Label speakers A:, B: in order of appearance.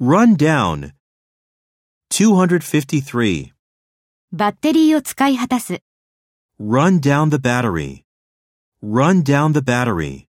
A: Run down. 253.
B: バッテリーを使い果たす。
A: Run down the battery. Run down the battery.